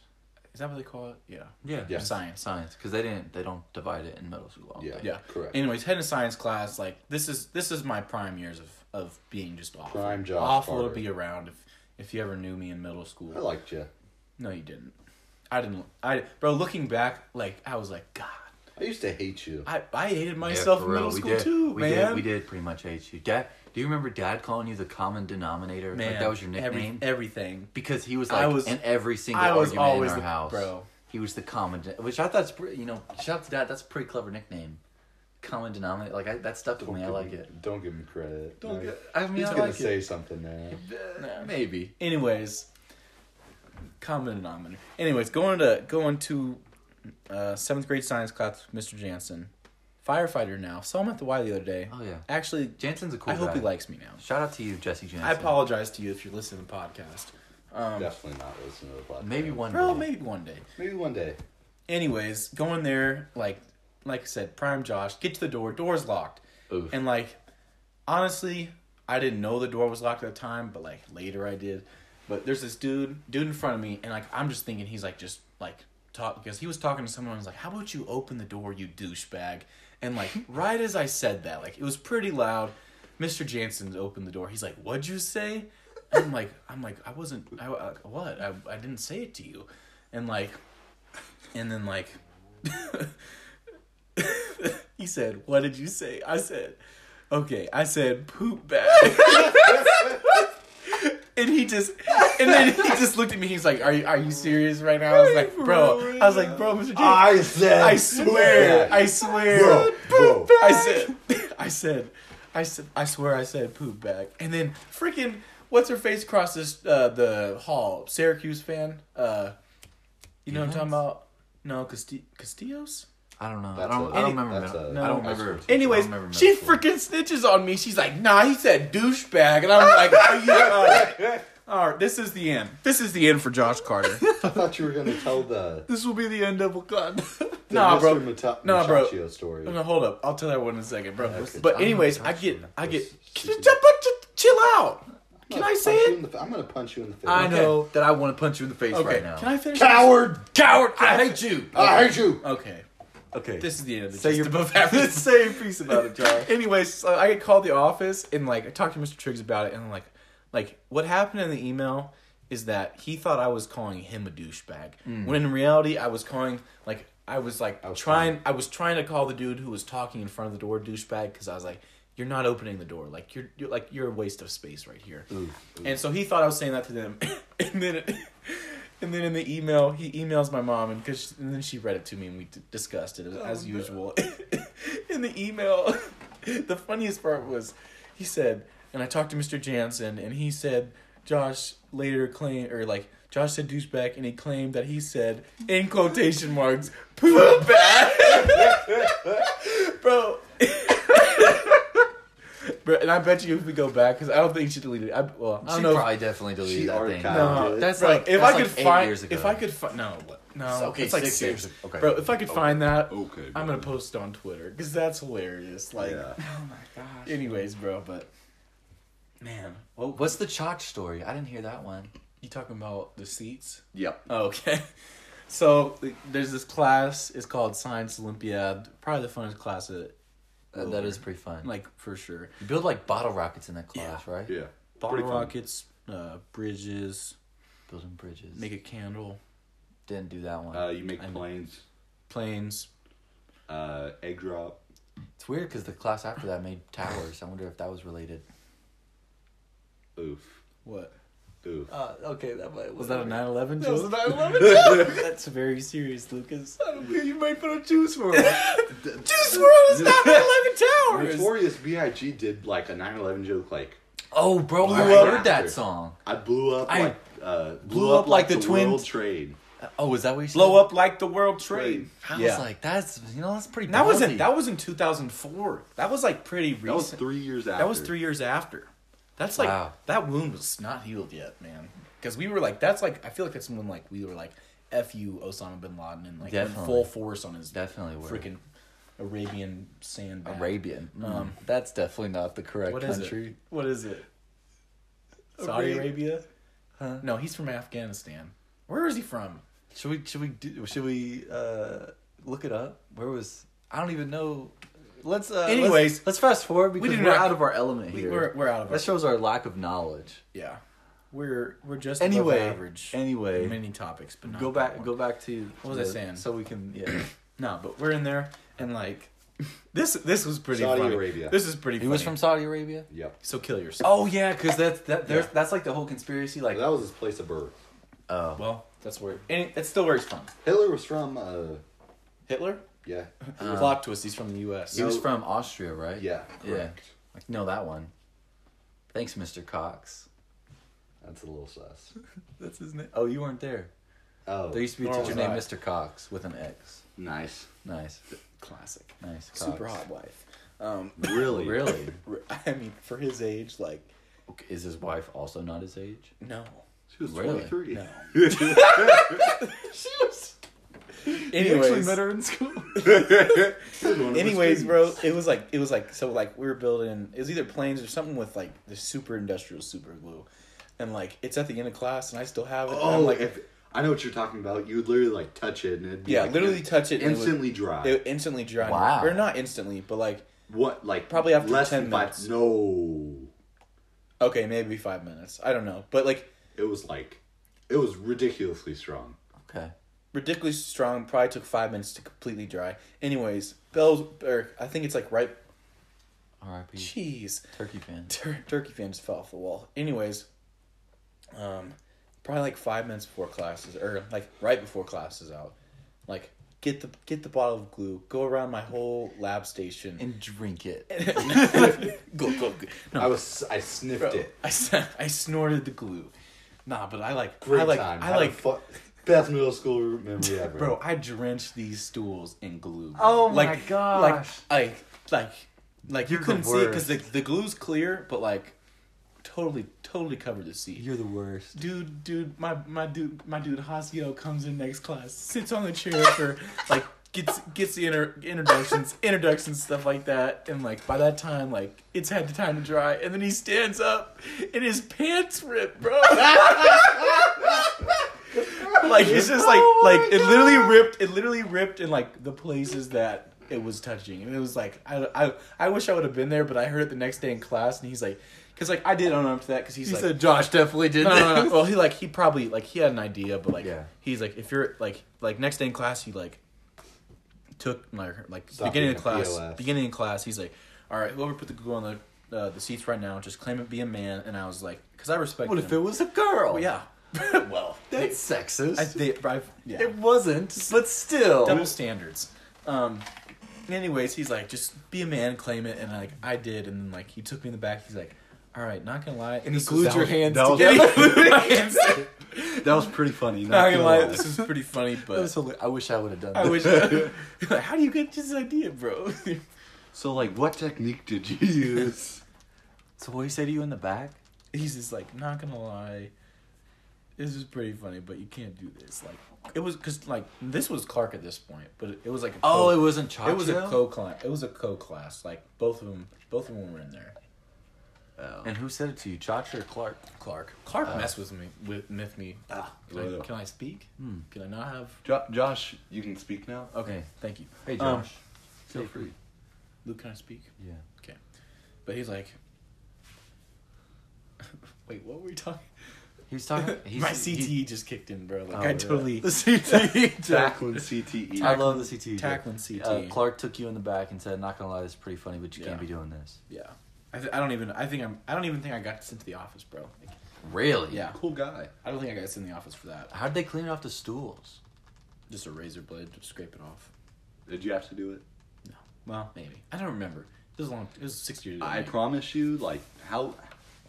B: Is that what they call it? Yeah,
C: yeah,
D: Yeah.
B: science.
C: science because they didn't they don't divide it in middle school. I don't
D: Yeah.
C: think.
B: Yeah,
D: Correct.
B: Anyways, heading to science class, like this is this is my prime years of of being just awful,
D: Prime Josh
B: awful
D: Carter.
B: to be around. If if you ever knew me in middle school,
D: I liked you.
B: No, you didn't. I didn't. I bro, looking back, like I was like, God,
D: I used to hate you.
B: I, I hated
C: Yeah,
B: myself
C: for
B: in middle
C: real, we
B: school
C: did,
B: too,
C: we
B: man.
C: Did, we did pretty much hate you, Dad. Do you remember Dad calling you the common denominator?
B: Man,
C: like that was your
B: every-
C: nickname
B: everything.
C: because he was
B: I
C: like
B: was-
C: in every single
B: I was
C: argument
B: always
C: in our
B: the-
C: house.
B: bro.
C: He was the common, de- which I thought's pretty. You know, shout out to Dad. That's a pretty clever nickname. Common denominator, like I, that stuck with me. I
D: Give
C: like
D: him-
C: it.
D: Don't give him credit. Don't
C: get- I mean,
D: He's
C: I
D: gonna
C: like
D: say
C: it.
D: something now.
C: Uh, maybe.
B: Anyways, common denominator. Anyways, going to going to uh, seventh grade science class with Mr. Jansen, firefighter now. Saw him at the Y the other day.
C: Oh, yeah.
B: Actually,
C: Jansen's a cool
B: I hope
C: guy.
B: he likes me now.
C: Shout out to you, Jesse Jansen.
B: I apologize to you if you're listening to the podcast.
D: Definitely not listening to the podcast.
C: Maybe one
B: Bro,
C: day.
B: Um, maybe one day.
D: Maybe one day.
B: anyways, going there, like like I said, prime Josh, get to the door, door's locked.
C: Oof.
B: And like honestly, I didn't know the door was locked at the time, but like later I did. But there's this dude, dude in front of me, and like I'm just thinking he's like just like talk because he was talking to someone. I was like, "How about you open the door, you douchebag?" And like right as I said that, like it was pretty loud. Mr. Jansen's opened the door. He's like, "What'd you say?" And I'm like, "I'm like, I wasn't. I, I what? I, I didn't say it to you." And like, and then like he said, "What did you say?" I said, "Okay." I said, "Poop bag." and he just and then he just looked at me. He's like, "Are you are you serious right now?" I was like, "Bro," I was like, "Bro, Mr. J, I
D: I said.
B: swear, I swear."
D: Bro, bro.
B: I said, I said, I said, I swear I said poop back. And then freaking, what's her face across this, uh, the hall? Syracuse fan? Uh, you know what I'm talking about? No, Casti- Castillos?
C: I don't know. I
D: That's a-
C: don't, I don't
D: Any-
C: remember.
D: that's
C: middle-
D: a-
C: I don't
D: no.
C: remember.
B: Anyways,
C: I don't remember
B: she
C: middle school.
B: freaking snitches on me. She's like, nah, he said douchebag. And I'm like, are you all right. All right, this is the end. This is the end for Josh Carter.
D: I thought you were gonna tell the,
B: this will be the end of a gun.
D: the
B: nah,
D: Mr.
B: bro.
D: Mata-
B: Nah, bro.
D: Machaccio story.
B: No, hold up. I'll tell that one in a second, bro.
C: Okay.
B: But
C: I'm
B: anyways,
C: gonna
B: I
C: touch
B: get,
C: you.
B: I get.
D: This is-
B: Chill out. Can I say
D: Punch you
B: it?
D: in the fa- I'm gonna punch you in the face.
C: I know that I want to punch you in the face
B: Okay.
C: right now.
B: Can I finish?
D: Coward.
B: Coward.
C: I hate you.
D: I hate you.
B: Okay.
C: Okay.
B: This is the end of the
C: Say
B: Say
C: your-
B: just above average.
C: Say your piece about it, Josh.
B: Anyways, so I get called the office and like I talked to Mr. Triggs about it and I'm like, like what happened in the email is that he thought I was calling him a douchebag
C: Mm.
B: when in reality I was calling like I was like
D: was
B: trying I was trying to call the dude who was talking in front of the door douchebag because I was like you're not opening the door. Like you're, you're like you're a waste of space right here. And so he thought I was saying that to them, and then, it, and then in the email he emails my mom and cause and then she read it to me and we d- discussed it as, as usual. in the email, the funniest part was he said, and I talked to Mr. Jansen and he said Josh later claimed or like. Josh said douchebag, and he claimed that he said, in quotation marks, poop bag. Bro, Bro, and I bet you if we go back, because I don't think she deleted it. I, well, I
C: She
B: don't know.
C: probably definitely deleted
D: She
C: that thing.
D: archived
B: No,
D: it.
C: That's
B: Bro,
C: like
B: if
C: that's
B: I
C: like
B: could
C: eight
B: find
C: years ago.
B: if I could find no what- no
C: So, okay,
B: it's like
C: six
B: six,
C: years ago. Okay.
B: Bro, if I could find that,
D: Okay,
B: I'm gonna
D: bro.
B: post on Twitter because that's hilarious. Like,
D: yeah.
B: anyways, bro, but man,
C: Well, what's the Chalk story? I didn't hear that one.
B: you talking about the seats?
D: Yep.
B: Okay. So th- there's this class. It's called Science Olympiad. Probably the funnest class, at,
C: That, that is pretty fun.
B: like for sure.
C: you build like bottle rockets in that class, right?
D: Yeah.
B: Bottle
D: fun.
B: rockets, uh, bridges,
C: Building bridges.
B: make a candle,
C: didn't do that one.
D: Uh, you make
B: I know.
D: planes.
B: planes,
D: Uh, egg drop.
C: it's weird because the class after that made towers. I wonder if that was related.
D: Oof.
B: What?
D: Oof.
C: Uh, okay, that might,
B: Was that a 9 11
E: That was
B: joke?
E: a 9/11.
B: That's very serious, Lucas.
E: you might put a juice for it.
B: Juice World is 9 11 Towers!
D: Notorious B.I.G. did like a 9/11 joke, like
C: Oh, bro, I
D: Right
C: heard that
D: after.
C: song.
D: I blew up
B: I
D: like uh, blew, up, like the, twin World Trade.
C: Oh, is that what you said?
B: Blow up like the World Trade.
C: I was like, that's you know, that's pretty.
B: that wasn't
C: ballsy.
B: that was in 2004. That was like pretty recent.
D: That was three years after.
B: That was three years after. That's like
C: Wow.
B: that wound was not healed yet, man. Because we were like, that's like I feel like that's when like we were like, "F you, Osama bin Laden," and like in
C: Definitely.
B: full force on his
C: Definitely were.
B: freaking Arabian sandbag.
C: Arabian. Um, that's definitely not the correct
B: What is
C: country.
B: it? What is it? Saudi
C: Arabia.
B: Arabia?
C: Huh?
B: No, he's from Afghanistan. Where is he from?
C: Should we should we do, should we uh look it up? Where was I don't even know. Let's uh let's-
B: Anyways.
C: let's, fast forward because
B: We
C: we
B: did
C: are
B: not-
C: out of our element
B: We-
C: here.
B: we're- we're out of
C: That
B: our-
C: shows our lack of knowledge.
B: Yeah, we're we're just
C: Anyway,
B: above average.
C: anyway.
B: many topics, but not
C: go
B: that
C: back
B: one.
C: go back to
B: What was I saying?
C: So we can yeah.
B: No, but we're in there, and like this this was pretty
D: Saudi
B: funny.
D: Arabia.
B: This is pretty.
C: he was
B: funny.
C: from Saudi Arabia.
D: Yep.
B: So kill yourself.
C: Oh yeah, because that's that there's
D: Yeah.
C: that's like the whole conspiracy. Like
D: That was his place of birth.
C: oh
B: Well, that's where. And it, that's still where he's from.
D: Hitler was from. Uh,
B: Hitler?
D: yeah.
B: Plot twist, he's from the U.S.
C: he was
D: no.
C: from Austria, right?
D: Yeah.
C: Yeah.
D: Correct.
C: Like no that one. Thanks, Mr. Cox.
D: That's a little sus.
C: That's his name. Oh, you weren't there.
D: Oh,
C: There used to be a
B: Nor
C: teacher
B: was
C: named
B: I.
C: Mr. Cox with an X.
D: nice.
C: Nice.
B: Classic.
C: Nice. Cox.
B: Super hot wife. Um,
D: Really.
C: Really?
B: I mean, for his age, like,
C: Okay, Is his wife also not his age?
B: no.
D: She was
C: Really?
D: 23.
B: No.
C: She was.
B: Anyways,
C: in school.
B: anyways, bro, it was like it was like so like we were building. It was either planes or something with like the super industrial super glue, and like it's at the end of class, and I still have it. and
D: Oh,
B: I'm
D: like
B: like
D: if I know what you're talking about. You would literally like touch it and it'd be
B: yeah,
D: like,
B: literally touch it, and it would-
D: instantly dry.
B: It would instantly dry.
C: Wow.
B: Or not instantly, but like
D: what like
B: Probably after
D: less
B: 10
D: than five-
B: minutes.
D: No,
B: okay, maybe five minutes. I don't know, but like
D: it was like it was ridiculously strong.
C: Okay.
B: ridiculously strong. Probably took five minutes to completely dry. Anyways, Bell's or I think it's like right.
C: R.I.P.
B: Jeez,
C: Turkey fan.
B: Tur- turkey fan just fell off the wall. Anyways, um, probably like five minutes before classes or like right before classes out. Like get the get the bottle of glue, go around my whole lab station.
C: And drink it.
B: go go. go. No,
D: I was I sniffed
B: bro,
D: it.
B: I s- I snorted the glue. Nah, but I like
D: Great
B: I like
D: time.
B: I
D: Had a
B: like
D: fu- best middle school memory ever.
B: Bro, I drenched these stools in glue.
C: Oh
B: like,
C: my gosh.
B: Like, like, like, like you
C: You're the
B: couldn't see it because the, the glue's clear, but like, totally, totally covered the seat.
C: You're the worst.
B: dude, dude, my my dude, my dude, Hasio comes in next class, sits on the chair for like gets gets the inter- introductions, introductions, stuff like that, and like by that time, like it's had the time to dry, and then he stands up and his pants rip, bro. like it's just like like it literally ripped, it literally ripped in like the places that. It was touching, and it was like I, I, I wish I would have been there, but I heard it the next day in class, and he's like, because like I did own up to that, because he's
C: He
B: like,
C: said Josh definitely did
B: no,
C: this.
B: no, no, no. Well, he like he probably like he had an idea, but like
C: Yeah.
B: he's like if you're like like next day in class, he like took like her- like
D: Stop
B: beginning of
D: being a
B: class,
D: POS.
B: beginning of class, he's like, all right, whoever put the Google on the uh, the seats right now, just claim it be a man. And I was like, because I respect.
C: What
B: them.
C: if it was a girl?
B: Oh, yeah. well,
C: That's sexist.
B: I, they, I've, yeah.
C: It wasn't, but still.
B: double standards. Um. Anyways, he's like, just be a man, claim it, and like I did, and then like he took me in the back. He's like, all right, not gonna lie,
C: and he
B: this
C: glued
B: is-
C: your hands
D: that was-
C: together.
B: My hands-
D: That was pretty funny.
B: not
D: gonna
B: gonna lie,
D: lie.
B: this is pretty funny,
C: That was
B: but
C: hila- I wish I would have done that.
B: I wish. how do you get this idea, bro?
D: So like, what technique did you use?
C: so what he say to you in the back?
B: he's just like, not gonna lie, this is pretty funny, but you can't do this. Like, it was because like this was Clark at this point, but it, it was like a
C: Oh,
B: co-
C: it wasn't Chacho?
B: it was a co class. It was a co class. Like both of them, both of them were in there.
C: And who said it to you, Chacho or Clark? Uh,
B: Clark, Clark messed with me, with miffed me. can,
D: well.
B: I, can I speak? Can I not have?
D: Jo- Josh, you can speak now.
B: Okay,
C: Hey.
B: thank you.
C: Hey,
B: Um,
C: Josh.
D: Feel free.
B: Luke, can I speak?
C: Yeah.
B: Okay. But he's like, wait, what were we talking?
C: He's talking. He's,
B: My
C: he-
B: CTE just kicked in, bro. Like
C: Oh,
B: I
C: yeah.
B: totally
C: the CTE.
D: Tackling CTE.
C: I love the CTE.
B: tackling
C: Uh,
B: CTE.
C: Clark took you in the back and said, "Not gonna lie, this is pretty funny, but you can't
B: Yeah.
C: be doing this."
B: yeah. I, th- I don't even. I think I'm. I don't even think I got sent to the office, bro. Like,
C: Really?
B: yeah.
D: cool guy.
B: I don't think I got sent to the office for that.
C: How'd they clean it off the stools?
B: Just a razor blade to scrape it off.
D: Did you have to do it?
B: Well, maybe. I don't remember. It was a long. It was six years ago.
D: I
B: maybe.
D: promise you, like how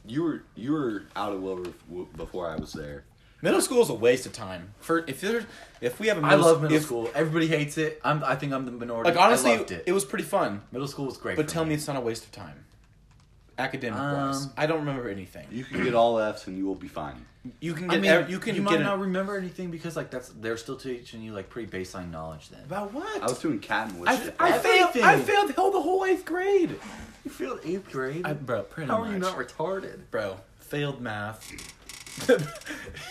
D: you were you were out of Wilbur w- before I was there.
B: middle school is a waste of time. For if there's if we have a
C: I
B: middle
C: love middle
B: if-
C: school. Everybody hates it. I'm. I think I'm the minority.
B: Like honestly,
C: I loved it.
B: it was pretty fun.
C: middle school was great.
B: But
C: for
B: tell me it's not a waste of time. Academic wise,
C: Um,
B: I don't remember anything.
D: You can get all F's and you will be fine.
B: You can
C: I
B: get.
C: mean,
B: ev- you can
C: you
B: get
C: might
B: an-
C: not remember anything because like that's they're still teaching you like pretty baseline knowledge then.
B: about what?
D: I was doing cat and witch.
B: I,
D: shit.
B: I failed. I
C: Everything.
B: failed hell the whole eighth grade.
C: You failed eighth grade.
B: I, bro, pretty
C: How
B: much.
C: are you not retarded?
B: bro, failed math.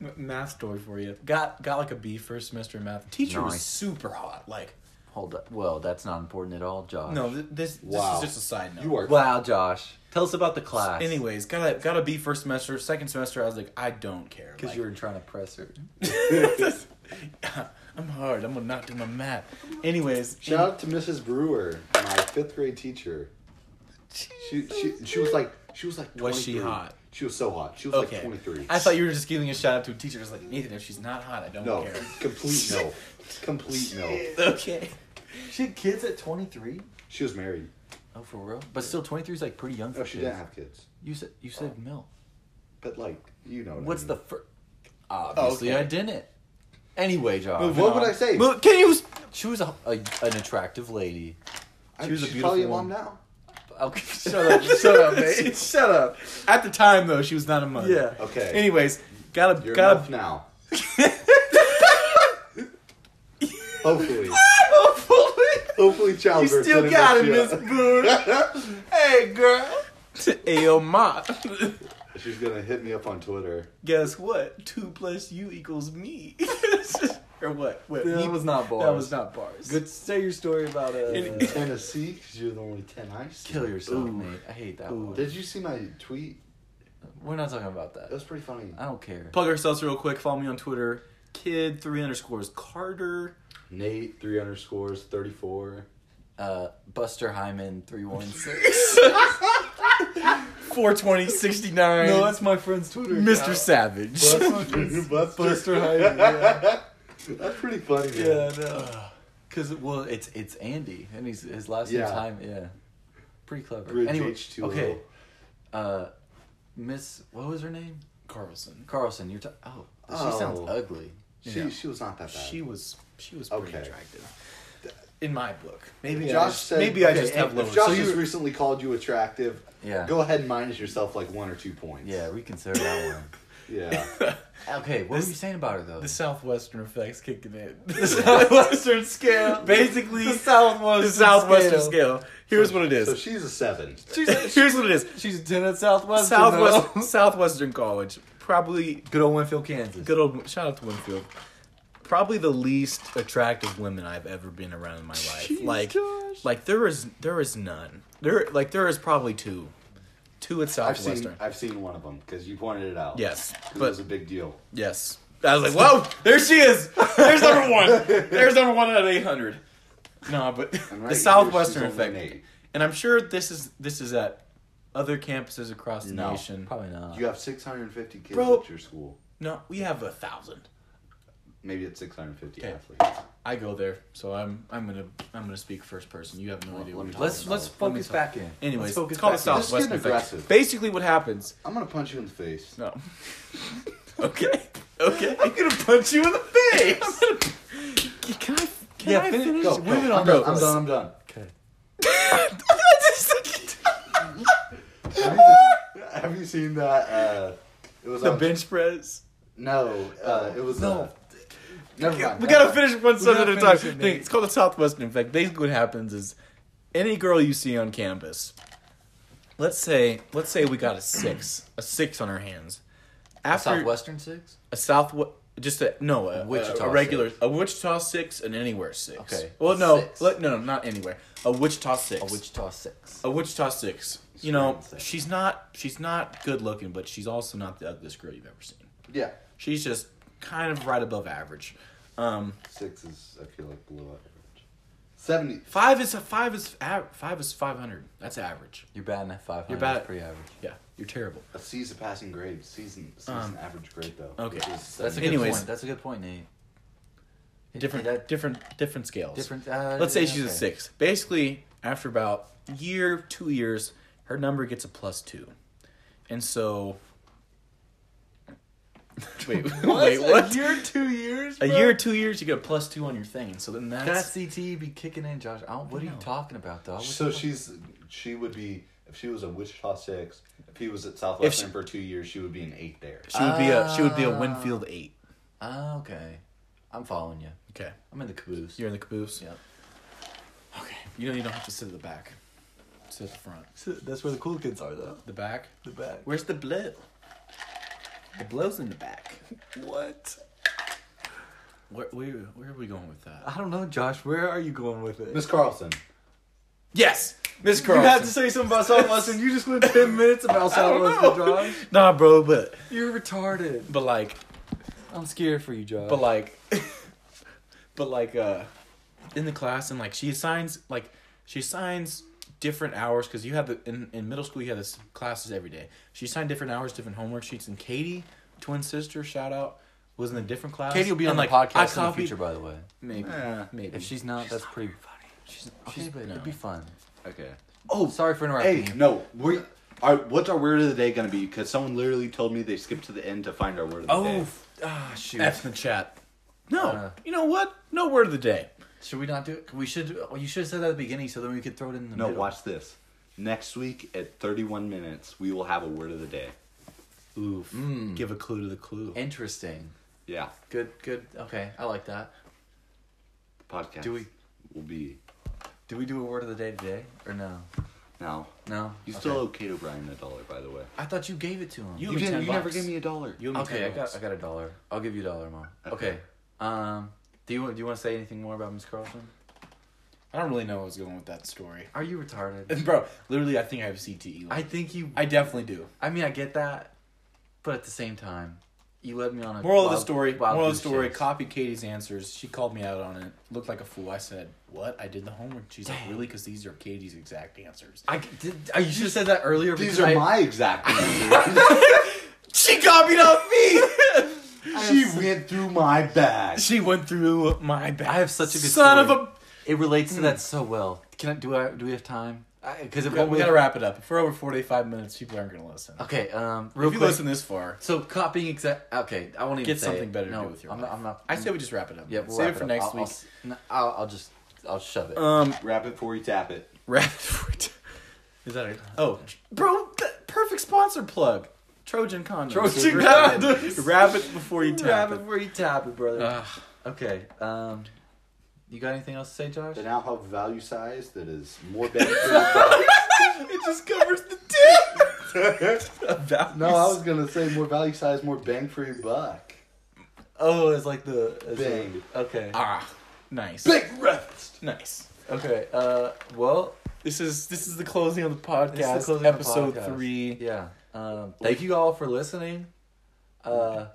B: M- math story for you. Got got like a B first semester in math. Teacher was
C: Nice.
B: super hot. Like,
C: Hold up. Well, that's not important at all, Josh.
B: no, th- this this
D: Wow.
B: is just a side note.
D: You are
C: Wow, Josh. Tell us about the class.
B: Anyways, got a got a B first semester. Second semester, I was like, I don't care.
C: because
B: Like,
C: you were trying to press her.
B: I'm hard. I'm gonna not do my math. Anyways,
D: Shout out to Mrs. Brewer, my fifth grade teacher. She she she was like she was like
B: Was she
D: 23.
B: hot?
D: She was so hot. She was
B: okay.
D: like twenty three.
B: I thought you were just giving a shout out to a teacher. I was like, Nathan, if she's not hot, I don't
D: no
B: care.
D: complete no complete no.
B: Okay.
C: She had kids at 23.
D: She was married.
C: Oh, for real? But still, 23 is like pretty young for
D: No, Oh, she
C: kids.
D: didn't have Oh. kids.
C: You said you said milk.
D: But like you know what I
C: What's
D: mean.
C: the first? Obviously,
D: Okay.
C: I didn't. Anyway, Josh.
D: What would I say?
B: Well, Can you? s-
C: She was a, a, an attractive lady.
D: I-
B: she was a
D: she's probably your
B: beautiful
D: mom now.
C: Okay, shut
B: Shut up! Shut up, mate! Shut up! At the time, though, she was not a mother.
C: Yeah.
D: Okay.
B: Anyways, got a
D: You're
B: got
D: enough
B: a
D: now. Hopefully. Hopefully
B: You
D: childbirth.
B: still
D: didn't
B: got it, Miss
D: mess you
B: Boone.
D: up.
B: hey, girl. Ayo, ma.
D: She's gonna hit me up on Twitter.
B: Guess what? Two plus you equals me. or what? What?
C: That
B: me-
C: was not bars.
B: That was not bars.
C: Good. Say your story about uh.
B: Any-
D: Tennessee, because you're the only ten I see.
C: Kill yourself,
D: Ooh.
C: mate. I hate that one.
D: Did you see my tweet?
C: We're not talking about
D: That
C: that.
D: was pretty funny.
C: I don't care.
B: Plug ourselves real quick. Follow me on Twitter. Kid three underscores Carter.
D: Nate three underscores thirty four.
C: Uh, Buster Hyman three one six.
B: 420 69.
C: my friend's Twitter.
B: Mr. Savage.
D: Buster
C: Hyman,
D: That's pretty funny. Man.
C: Yeah, no. Cause well, it's it's Andy, and he's his last name's
D: Yeah.
C: Hyman. Yeah, pretty clever.
D: Bridge
C: anyway,
D: H2O.
C: okay. Uh, Miss, what was her name?
B: Carlson.
C: Carlson. You're ta- oh, she sounds
D: Oh.
C: ugly.
D: She
B: Yeah.
D: she was not that bad.
B: She was she was pretty
D: Okay.
B: attractive. In my book. Maybe I
D: Josh
B: just,
D: said,
B: maybe I
D: okay,
B: just have
D: if
B: lower.
D: Josh
B: so
D: has
B: you
D: recently called you attractive.
C: Yeah.
D: Go ahead and minus yourself like one or two points.
C: Yeah, reconsider that
D: Yeah.
C: one. Okay, what were you saying about her though?
B: the southwestern effects kicking in.
C: Southwestern scale.
B: Basically,
C: The Southwestern
B: the southwestern
C: scale.
B: scale. Here's what it is.
D: so she's a seven.
B: Here's what it is.
C: She's a ten at Southwestern.
B: Southwest Southwestern College, probably
C: Good old Winfield, Kansas.
B: good old shout out to Winfield. Probably the least attractive women I've ever been around in my life. like, like there is there is none. There like there is probably two, two at
D: I've seen
B: Southwestern.
D: I've seen one of them because you pointed it out.
B: Yes,
D: 'Cause
B: but-
D: it was a big deal.
B: Yes, I was like, whoa, there she is. There's number one. There's number one out of eight hundred. No, but
D: And
B: the
D: right here,
B: Southwestern
D: she's only
B: effect.
D: an eight.
B: And I'm sure this is this is at other campuses across the
C: No,
B: nation.
C: probably not.
D: You have 650 kids
B: Bro.
D: at your school.
B: No, we have a thousand.
D: Maybe it's 650
B: Okay.
D: athletes.
B: I go there, so I'm I'm gonna I'm gonna speak first person. You have no idea.
D: let
B: What
D: me
B: you're
D: talk.
B: talking
C: Let's let's
D: Let me
C: focus
B: talk.
C: back in.
B: about. Anyways,
C: let's
B: it's called a
D: back in. This is
B: Southwest
D: getting
B: infection.
D: aggressive.
B: Basically, what happens?
D: I'm gonna punch you in the face.
B: No. okay. Okay. I'm gonna punch you in the face. can I? Can
C: Yeah,
B: I
C: finish-
B: finish?
D: Go, go.
B: Women
D: I'm,
B: on
D: done,
B: the-
D: I'm done. I'm done.
C: Okay.
D: Have you seen that? Uh, it was
B: the
D: on-
B: bench press.
D: No, uh, it was
C: No.
D: Uh, never mind.
B: We
D: never
B: gotta
D: mind.
B: finish one subject at a
C: finish
B: time.
C: it,
B: Thing,
C: Nate.
B: It's called the Southwestern effect. Basically, what happens is any girl you see on campus, let's say, let's say we got a six, a six on our hands. After
C: Southwestern six.
B: a Southwest, just a no, a,
C: Wichita
B: a, a regular,
C: six.
B: a Wichita six, and anywhere six.
C: Okay,
B: Well,
C: a
B: no,
C: six.
B: let, no, no, not anywhere. A Wichita six.
C: A Wichita six.
B: a Wichita six. You know,
D: Scream six.
B: she's not she's not good looking, but she's also not the ugliest girl you've ever seen.
D: Yeah,
B: She's just kind of right above average. Um,
D: six is I feel like below average. Seventy.
B: Five is five is a- five is five hundred. That's average.
C: You're batting at five hundred.
B: You're bad-
C: Pretty average.
B: Yeah, you're terrible.
D: A C's a passing grade. Season season
B: Um,
D: average grade though.
B: okay.
D: which is
C: That's a
D: 70.
C: good
B: Anyways.
C: point. That's a good point, Nate. It-
B: Different,
C: that-
B: different, different scales.
C: different. Uh,
B: Let's say
C: yeah,
B: she's a
C: okay.
B: six. Basically, after about year, two years, her number gets a plus two, and so. wait, wait, what?
E: year, two years?
B: A year, two years, you get a plus two on your thing. and So then that's
C: Can that CTE be kicking in, Josh? I don't, what are you
B: No.
C: talking about, dog? What
D: So
C: the fuck?
D: she's she would be if she was a Wichita six. If he was at Southwestern
B: she-
D: for two years, she would be an eight there.
B: she would be a she would be a Winfield eight.
C: Ah, okay. I'm following you.
B: Okay,
C: I'm in the caboose.
B: you're in the caboose.
C: Yep.
B: Okay, you know you don't have to sit at the back. Sit at the front.
C: That's where the cool kids are, though.
B: The back.
C: The back.
B: Where's the blow? The blow's in the back.
C: What?
B: Where, where, where are we going with that?
C: I don't know, Josh. Where are you going with it?
D: Miss Carlson.
B: Yes, Miss
C: You
B: Carlson.
C: had to say something about Southwestern. You just went ten minutes about Southwestern, Josh.
B: nah, bro, but
C: You're retarded.
B: but like
C: I'm scared for you, Josh.
B: but like but like uh in the class and like she assigns like she assigns different hours because you had the in, in middle school you had this classes every day she assigned different hours different homework sheets and katie twin sister shout out was in a different class
C: Katie will be on
B: And,
C: the
B: like, I
C: podcast in the
B: copied-
C: future, by the way.
B: maybe
D: Eh,
B: maybe
C: If she's not, that's pretty funny. She's,
B: she's-
C: okay, but
B: no.
C: it'd be fun.
D: Okay.
C: Oh, sorry for interrupting
D: Hey,
C: you.
D: no, we are. What's our word of the day gonna be? Because someone literally told me they skipped to the end to find our word of the day.
B: oh
C: Ah, shoot.
B: F in the chat. No,
C: Uh.
B: you know what? No word of the day.
C: Should we not do it? We should. Well, you should have said that at the beginning, so then we could throw it in the
D: No,
C: middle.
D: watch this. Next week at 31 minutes, we will have a word of the day.
B: Oof. Give a clue to the clue.
C: Interesting.
D: Yeah,
C: Good. Good. Okay, I like that.
D: the podcast.
C: Do we-
D: will be
C: Do we do a word of the day today or no?
D: now.
C: No.
D: You
C: Okay.
D: still owe Kate O'Brien a dollar, by the way.
C: I thought you gave it to him.
B: You owe
D: You,
B: me
D: didn't,
B: 10
D: you never
B: bucks.
D: gave me a dollar.
B: You owe me
C: okay? I
B: 10
C: got.
B: bucks.
C: I got a dollar. I'll give you a dollar, mom. Okay.
D: Okay.
C: Um. Do you want? Do you want to say anything more about Miss Carlson?
B: I don't really know where I was going with that story.
C: Are you retarded?
B: Bro, literally, I think I have CTE.
C: I think you.
B: I definitely do.
C: I mean, I get that, but at the same time, you led me on a
B: Moral of the
C: wild-
B: story.
C: wild
B: moral of the
C: goose
B: story.
C: chase.
B: Copied Katie's answers. She called me out on it. Looked like a fool. I said, "What? I did the homework." She's like,
C: Dang.
B: "Really? Because these are Katie's exact answers."
C: I did. I, you should have said that earlier.
D: These
C: because
D: are
C: I-
D: my exact answers.
B: She copied off me.
D: she went through my bag.
B: she went through my back.
C: I have such a good
B: son
C: story.
B: of a.
C: It relates to that so well. Can I do? I do we have time? Because
B: Hmm. We gotta, we gotta wrap it up. If we're over forty-five minutes, people aren't gonna listen.
C: Okay. Um. Real
B: If you
C: quick.
B: listen this far,
C: So copying exact. Okay. I won't even
B: get
C: say
B: something
C: it.
B: better
C: No,
B: to do with your
C: I'm
B: life.
C: Not, I'm not.
B: I say we just wrap it up.
C: Yeah. We'll
B: save
C: wrap
B: it for
C: up.
B: next
C: I'll-
B: week.
C: I'll, s- I'll, I'll just. I'll shove it.
B: um,
D: Wrap it before you tap it.
B: wrap. for t- Is that a oh, bro? th- perfect sponsor plug. Trojan condoms.
C: Trojan
B: Wrap it-
C: condoms.
B: Wrap it before you tap
C: Grab it
B: it.
C: before you tap it, brother.
B: Ugh.
C: okay. Um. You got anything else to say, Josh?
D: They now have value size that is more beneficial.
B: it just covers the tip. About
D: no, I was gonna say more value size, more bang for your buck.
C: Oh, it's like the. It's
D: Bang.
C: like- okay.
B: ah, nice,
D: Big rest.
B: nice.
C: Okay. Uh. Well.
B: This is this is the closing of the
C: This is
B: podcast,
C: the closing of the
B: episode
C: podcast.
B: three.
C: Yeah. Um. Thank you all for listening. Uh.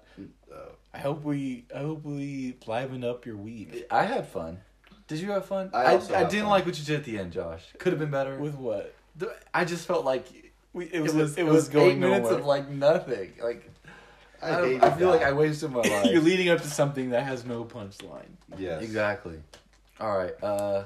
B: I hope we I hope we livened up your week.
C: I had fun. Did you have fun?
D: I
C: I,
D: also
C: I
D: had
C: didn't
D: fun.
C: like what you did at the end, Josh. Could have been better.
B: With what?
C: The- I just felt like
B: We,
C: it was,
B: it was going
C: eight minutes
B: nowhere.
C: of like nothing. Like I,
D: I,
C: don't-
D: hate
C: I feel like I
D: I.
C: wasted my life.
B: You're leading up to something that has no punchline.
D: Yes.
C: Exactly. All right. Uh.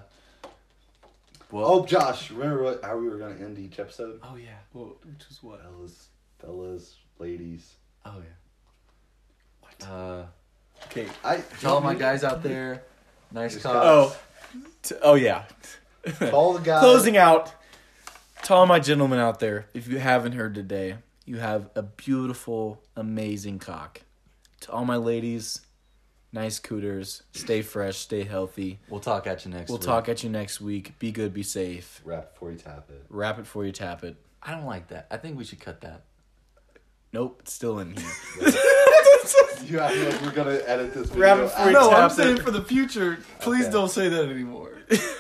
C: Well.
D: Oh, Josh, remember what, how we were gonna end each episode?
C: Oh yeah.
B: Well, which is what?
D: Fellas, fellas, ladies.
C: Oh yeah. What? Uh,
B: Okay.
D: I
C: to all my guys out there, nice
D: Nice
C: cock.
D: cock.
B: Oh, t- oh yeah.
D: All the guys.
B: Closing out. To all my gentlemen out there, if you haven't heard today, you have a beautiful, amazing cock. To all my ladies, nice cooters. Stay fresh. Stay healthy.
C: We'll talk at you next.
B: We'll
C: week.
B: talk at you next week. Be good. Be safe.
D: Rap before you tap it.
B: Wrap it before you tap it.
C: I don't like that. I think we should cut that.
B: Nope, it's still in here.
D: You act like we're gonna edit this video.
B: Rap it before you No,
D: out.
B: I'm saying
C: for the future.
D: please Okay. don't
C: say that anymore.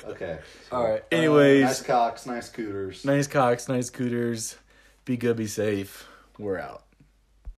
D: Okay.
C: All right.
B: Anyways,
D: Nice cocks, nice cooters.
B: nice cocks, nice cooters. Be good. Be safe. We're out.